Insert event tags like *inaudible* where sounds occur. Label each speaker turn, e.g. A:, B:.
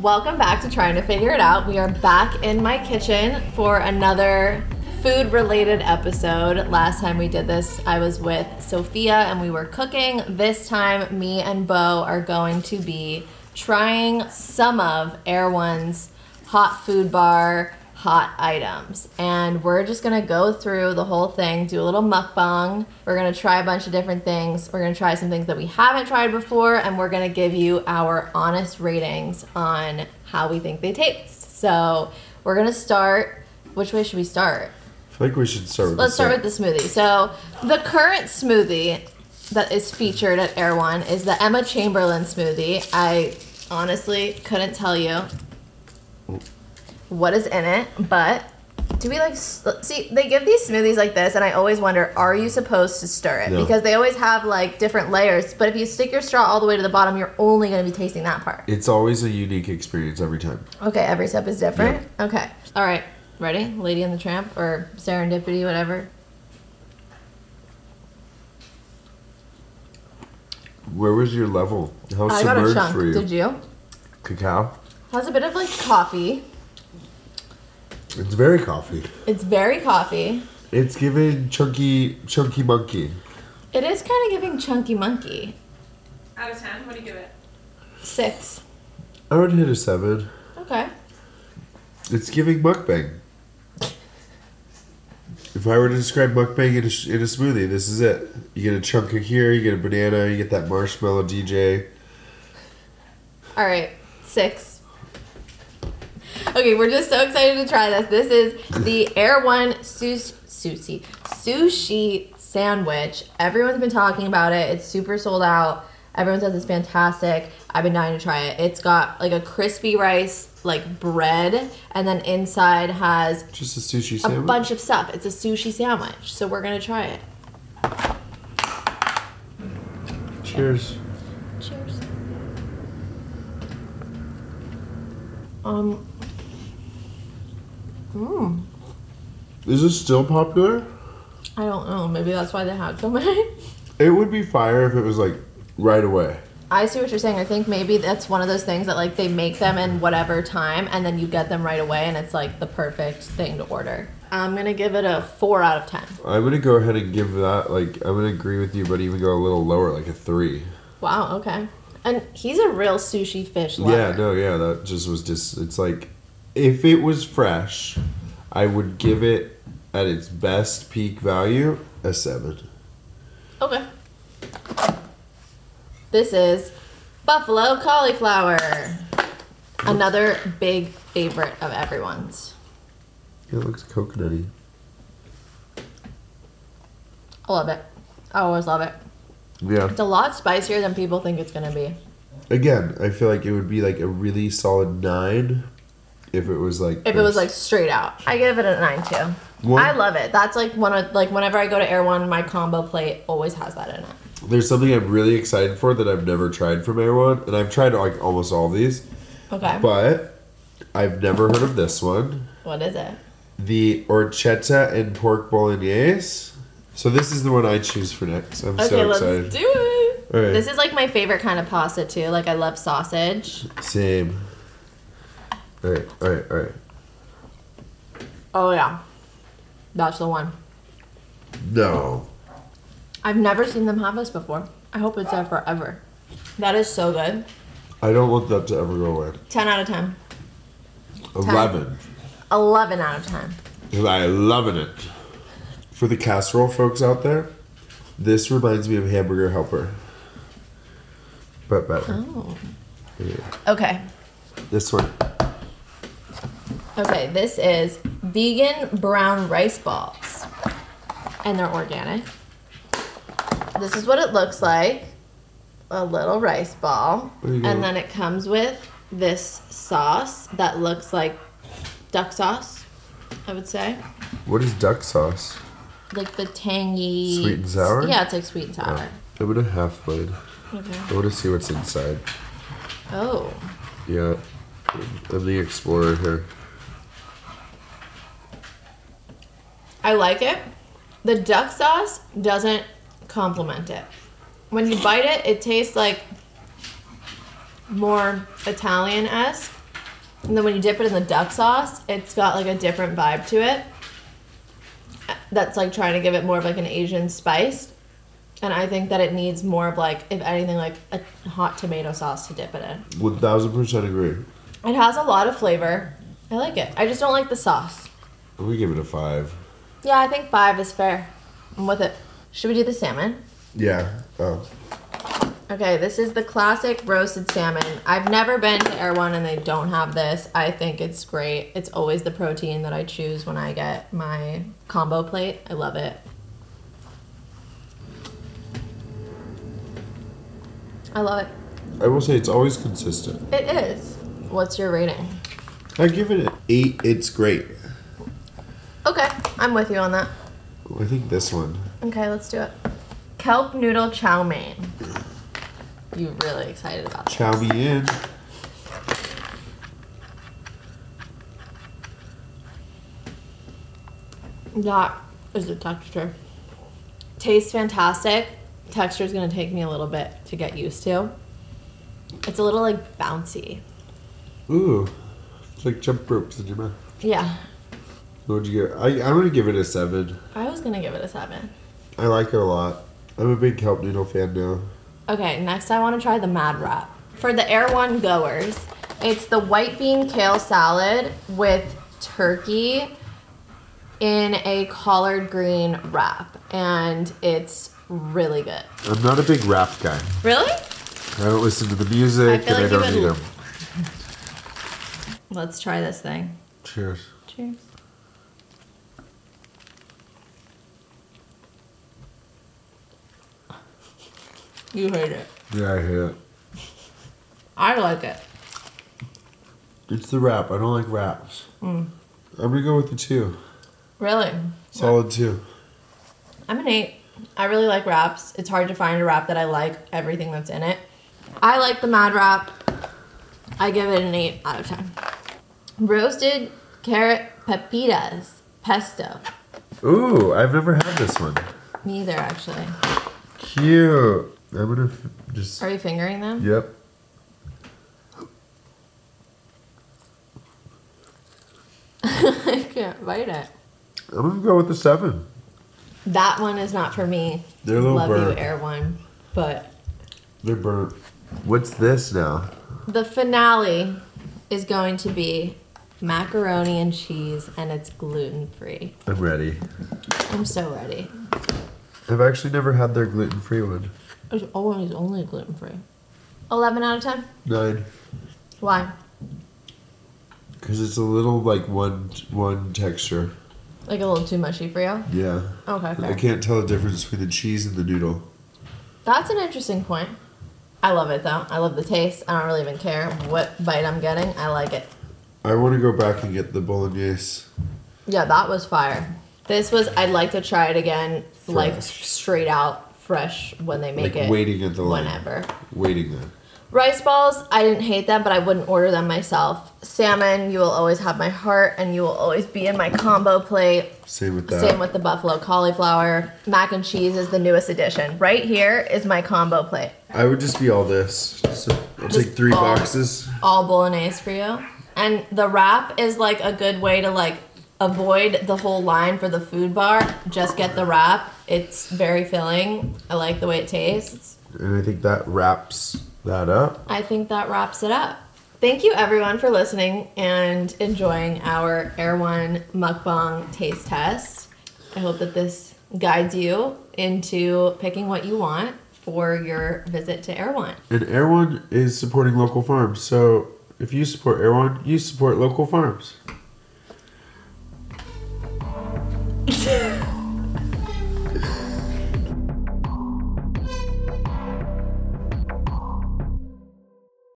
A: Welcome back to Trying to Figure It Out. We are back in my kitchen for another food related episode. Last time we did this, I was with Sophia and we were cooking. This time, me and Bo are going to be trying some of Air One's hot food bar hot items. And we're just gonna go through the whole thing, do a little mukbang. We're gonna try a bunch of different things. We're gonna try some things that we haven't tried before, and we're gonna give you our honest ratings on how we think they taste. So we're gonna start. Which way should we start?
B: I think we should start with
A: Let's
B: the
A: start with
B: syrup.
A: the smoothie. So the current smoothie that is featured at Air One is the Emma Chamberlain smoothie. I honestly couldn't tell you what is in it, but do we like s- see they give these smoothies like this and I always wonder are you supposed to stir it
B: No.
A: because they always have like different layers, but if you stick your straw all the way to the bottom, you're only going to be tasting that part.
B: It's always a unique experience every time.
A: Okay, every step is different. Okay. All right. Ready? Lady and the Tramp or Serendipity, whatever.
B: Where was your level? How
A: I got a
B: submerged
A: chunk.
B: were you?
A: Did you?
B: Cacao.
A: Has a bit of like coffee.
B: It's very coffee.
A: It's very coffee.
B: It's giving chunky, chunky monkey.
A: It is kind of giving chunky monkey.
C: Out of ten, what do you give it?
A: Six.
B: I would hit a seven.
A: Okay.
B: It's giving mukbang. If I were to describe mukbang in a, sh- in a smoothie, this is it. You get a chunk of here, you get a banana, you get that marshmallow DJ.
A: All right. Six. Okay, we're just so excited to try this. This is the Air One sushi sushi sushi sandwich. Everyone's been talking about it. It's super sold out. Everyone says it's fantastic. I've been dying to try it. It's got like a crispy rice like bread, and then inside has
B: Just a sushi
A: a
B: sandwich.
A: bunch of stuff. It's a sushi sandwich, so we're gonna try it.
B: Cheers.
A: Cheers. Um. Mm,
B: Is this still popular?
A: I don't know. Maybe that's why they had so many. *laughs*
B: It would be fire if it was like right away.
A: I see what you're saying. I think maybe that's one of those things that like they make them in whatever time, and then you get them right away, and it's like the perfect thing to order. I'm gonna give it a four out of ten.
B: I'm gonna go ahead and give that like I'm gonna agree with you, but even go a little lower, like a three.
A: Wow. Okay. And he's a real sushi fish lover.
B: Yeah, no, yeah, that just was just. It's like if it was fresh, I would give it at its best peak value a seven.
A: Okay. This is buffalo cauliflower. Another big favorite of everyone's.
B: It looks coconutty.
A: I love it. I always love it.
B: Yeah.
A: It's a lot spicier than people think it's gonna be.
B: Again, I feel like it would be like a really solid nine if it was like
A: If it was like straight out, I give it a nine too.
B: One-
A: I love it. That's like one of like whenever I go to Air One, my combo plate always has that in it.
B: There's something I'm really excited for that I've never tried from Erewhon, and I've tried like almost all these,
A: Okay.
B: but I've never heard of this one.
A: what is it?
B: the orchetta and pork bolognese. So this is the one I choose for next. I'm
A: Okay,
B: so
A: let's
B: excited.
A: do it.
B: All right.
A: This is like my favorite kind of pasta too. Like I love sausage.
B: Same. All right, all right, all right.
A: Oh yeah. That's the one.
B: No,
A: I've never seen them have this before. I hope it's there forever. That is so good.
B: I don't want that to ever go away.
A: 10 out of 10.
B: Eleven,
A: 11 out of 10.
B: 'cause I loving it. For the casserole folks out there, this reminds me of Hamburger Helper, but better.
A: Oh.
B: Yeah.
A: Okay.
B: This one.
A: Okay, this is vegan brown rice balls. And they're organic. This is what it looks like. A little rice ball.
B: There you go.
A: And then it comes with this sauce that looks like duck sauce, I would say.
B: What is duck sauce?
A: Like the tangy
B: Sweet and sour? Oh.
A: Yeah, it's like sweet and sour.
B: I'm gonna half blade.
A: Okay.
B: I want to see what's inside.
A: Oh.
B: Yeah, I'm the explorer here.
A: I like it. The duck sauce doesn't complement it. When you bite it, it tastes like more Italian esque, And then when you dip it in the duck sauce, it's got like a different vibe to it. That's like trying to give it more of like an Asian spice. And I think that it needs more of like, if anything, like a hot tomato sauce to dip it in.
B: One thousand percent agree.
A: It has a lot of flavor. I like it. I just don't like the sauce.
B: We give it a five.
A: Yeah, I think five is fair. I'm with it. Should we do the salmon?
B: Yeah. Oh.
A: Okay, this is the classic roasted salmon. I've never been to Air One and they don't have this. I think it's great. It's always the protein that I choose when I get my combo plate. I love it. I love it.
B: I will say it's always consistent.
A: It is. What's your rating?
B: I give it an eight. It's great.
A: Okay, I'm with you on that.
B: I think this one.
A: Okay, let's do it. Kelp noodle chow mein. You really excited about that?
B: Chow me in.
A: That is the texture. Tastes fantastic. Texture is gonna take me a little bit to get used to. It's a little like bouncy.
B: Ooh. It's like jump ropes in your mouth.
A: Yeah,
B: What'd you give? I, I'm gonna give it a seven.
A: I was gonna give it a seven.
B: I like it a lot. I'm a big kelp noodle fan now.
A: Okay, next I want to try the Mad Wrap. For the Air One goers, it's the white bean kale salad with turkey in a collard green wrap, and it's really good.
B: I'm not a big rap guy.
A: Really?
B: I don't listen to the music
A: I feel
B: and I
A: like you
B: don't eat
A: would-
B: them.
A: Let's try this thing.
B: Cheers.
A: Cheers. You heard it.
B: Yeah, I hate it.
A: I like it.
B: It's the wrap. I don't like wraps.
A: Mm.
B: I'm gonna go with the two.
A: Really?
B: Solid two.
A: I'm an eight. I really like wraps. It's hard to find a wrap that I like everything that's in it. I like the Mad Wrap. I give it an eight out of ten. Roasted carrot pepitas pesto.
B: Ooh, I've never had this one.
A: Me either, actually.
B: Cute. I'm gonna f- just.
A: Are you fingering them?
B: Yep.
A: *laughs* I can't bite it.
B: I'm gonna go with the seven.
A: That one is not for me.
B: They're a little
A: Love
B: burnt.
A: you, Air One. But
B: They're burnt. What's this now?
A: the finale is going to be macaroni and cheese, and it's gluten free.
B: I'm ready.
A: I'm so ready.
B: I've actually never had their gluten free one.
A: It's always only gluten free. 11 out of 10.
B: Nine.
A: Why?
B: Because it's a little like one one texture.
A: Like a little too mushy for you?
B: Yeah.
A: Okay,
B: I
A: fair.
B: can't tell the difference between the cheese and the noodle.
A: That's an interesting point. I love it though. I love the taste. I don't really even care what bite I'm getting. I like it.
B: I want to go back and get the bolognese.
A: Yeah, that was fire. This was, I'd like to try it again, like
B: Fresh.
A: straight out fresh when they make
B: like
A: it.
B: waiting at the line.
A: whenever.
B: Waiting there.
A: Rice balls, I didn't hate them, but I wouldn't order them myself. Salmon, you will always have my heart and you will always be in my combo plate.
B: Same with that.
A: Same with the buffalo cauliflower. Mac and cheese is the newest addition. Right here is my combo plate.
B: I would just be all this. Just, a- I'll
A: Just
B: take three
A: all-
B: boxes.
A: All bolognese for you. And the wrap is like a good way to like avoid the whole line for the food bar. Just get the wrap. It's very filling. I like the way it tastes.
B: And I think that wraps that up.
A: I think that wraps it up. Thank you everyone for listening and enjoying our Air One mukbang taste test. I hope that this guides you into picking what you want for your visit to Air One.
B: And Air One is supporting local farms. So if you support Air One, you support local farms.